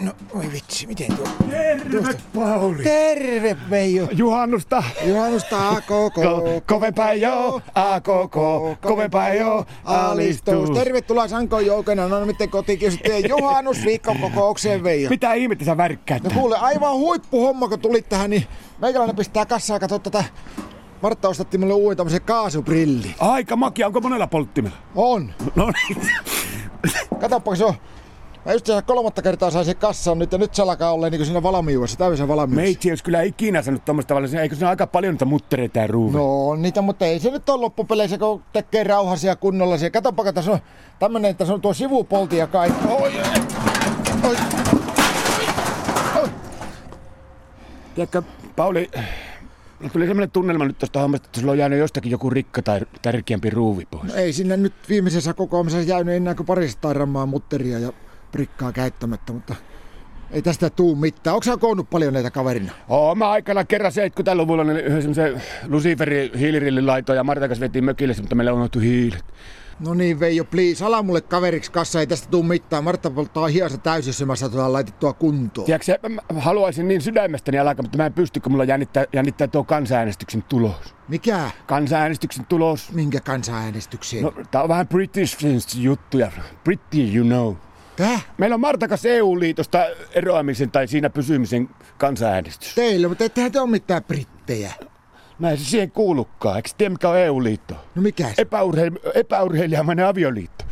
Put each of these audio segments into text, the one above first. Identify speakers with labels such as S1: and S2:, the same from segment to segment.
S1: No, oi vitsi, miten tuo?
S2: Terve Pauli!
S1: Terve, Veijo.
S2: Juhannusta!
S1: Juhannusta AKK.
S2: Ko- kovempaa joo, AKK, kovempaa joo, alistus.
S1: Tervetuloa Sankoon joukena, no miten kotikiusattujen juhannusviikon kokoukseen, Veijo.
S2: Mitä ihmettä sä värkkäät?
S1: No kuule, aivan huippuhomma, kun tulit tähän, niin meikäläinen pistää kassaa, katso tätä. Martta ostatti mulle uuden tämmöisen kaasuprilli.
S2: Aika makia, onko monella polttimella?
S1: On.
S2: No niin.
S1: Katoppa, se on. Mä just tässä kolmatta kertaa sain sen kassan nyt ja nyt se alkaa olla niin siinä valmiudessa, täysin valmiudessa.
S2: Meitsi ei olisi kyllä ikinä sanonut tuommoista tavalla, eikö se ole aika paljon niitä muttereita ja ruuvia?
S1: No on niitä, mutta ei se nyt ole loppupeleissä, kun tekee rauhasia kunnollaisia. Katoppa, kun tässä on tämmönen, että se on tuo sivupolti ja kaikki. Oi, oi, oi.
S2: Tiedätkö, Pauli, mulla tuli semmoinen tunnelma nyt tuosta hommasta, että sulla on jäänyt jostakin joku rikka tai tärkeämpi ruuvi pois.
S1: Ei sinne nyt viimeisessä kokoamisessa jäänyt enää kuin parista rammaa mutteria ja prikkaa käyttämättä, mutta ei tästä tuu mitään. Onko sä koonnut paljon näitä kaverina?
S2: Oo, mä aikana kerran 70-luvulla niin yhden semmoisen Luciferin hiilirillin laitoin ja Martan kanssa vetiin mökille, mutta meillä unohtui hiilet.
S1: No niin, Veijo, please, ala mulle kaveriksi kassa, ei tästä tuu mitään. Martta polttaa hiasa täysin, jos mä saatutaan laitettua kuntoon.
S2: Tiedätkö, sä, mä mä haluaisin niin sydämestäni alkaa, mutta mä en pysty, kun mulla jännittää, jännittää tuo kansanäänestyksen tulos.
S1: Mikä?
S2: Kansanäänestyksen tulos.
S1: Minkä kansanäänestykseen?
S2: No,
S1: No.
S2: tää on vähän British juttuja. Pretty, you know.
S1: Täh?
S2: Meillä on Martan kanssa EU-liitosta eroamisen tai siinä pysymisen kansanäänestys.
S1: Teillä, mutta ettehän te ole mitään brittejä.
S2: Näin se siihen kuulukaan. Eikö sä tiedä, mikä on EU-liitto?
S1: No mikä? se?
S2: Epäurheil- epäurheilijamainen avioliitto.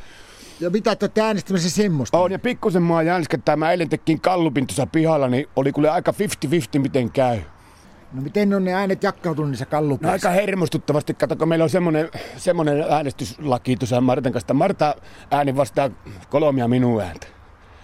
S1: ja mitä te olette äänestämässä semmoista?
S2: On ja pikkusen mua jänskettä. Mä eilen tekin kallupin tuossa pihalla, niin oli kyllä aika 50-50 miten käy.
S1: No miten ne on ne äänet jakkautunut niissä
S2: No
S1: kallupeissa?
S2: aika hermostuttavasti. Kato, kun meillä on semmoinen, semmoinen äänestyslaki tuossa Martan kanssa. Marta ääni vastaa kolmia minun ääntä.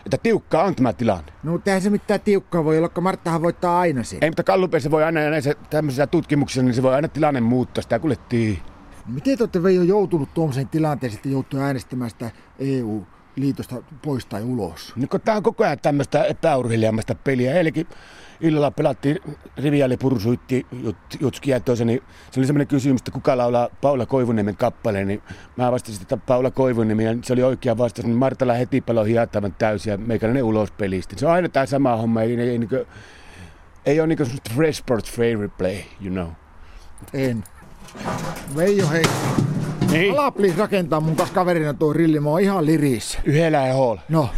S2: Että tiukka on tämä tilanne.
S1: No mutta eihän se mitään tiukkaa voi olla, kun Marttahan voittaa aina sen.
S2: Ei, mutta kallupeissa voi aina, ja näissä tämmöisissä tutkimuksissa, niin se voi aina tilanne muuttaa. Sitä kuljettiin.
S1: Miten te olette Veijo joutunut tuommoiseen tilanteeseen, että joutuu äänestämään sitä EU-liitosta pois tai ulos?
S2: Niin kun tää on koko ajan tämmöistä epäurheilijamaista peliä. Eilenkin illalla pelattiin Riviali Pursuitti jut- Jutski ja toisen, niin se oli semmoinen kysymys, että kuka laulaa Paula Koivuniemen kappaleen, niin mä vastasin, että Paula Koivuniemi, ja se oli oikea vastaus, niin Martala heti paloi hiattavan täysin ja meikäläinen ulos pelistä. Niin Se on aina tää sama homma, ei, ei, ei, niinku, ei ole niinku semmoista fresh sports favorite play, you know.
S1: En. Veijo hei,
S2: Niin.
S1: ala please rakentaa mun kanssa kaverina tuo rilli, mä oon ihan lirissä.
S2: Yhdellä eholla.
S1: No,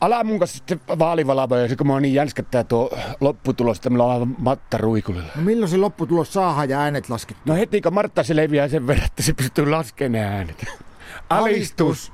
S2: Ala mun kanssa sitten vaalivalavoja, ja se kun mä oon niin jänskättää tuo lopputulos, että mulla on aivan matta ruikulla.
S1: no milloin se lopputulos saadaan ja äänet laskettu?
S2: No heti kun Martta se leviää sen verran, että se pystyy laskemaan ne äänet. Alistus!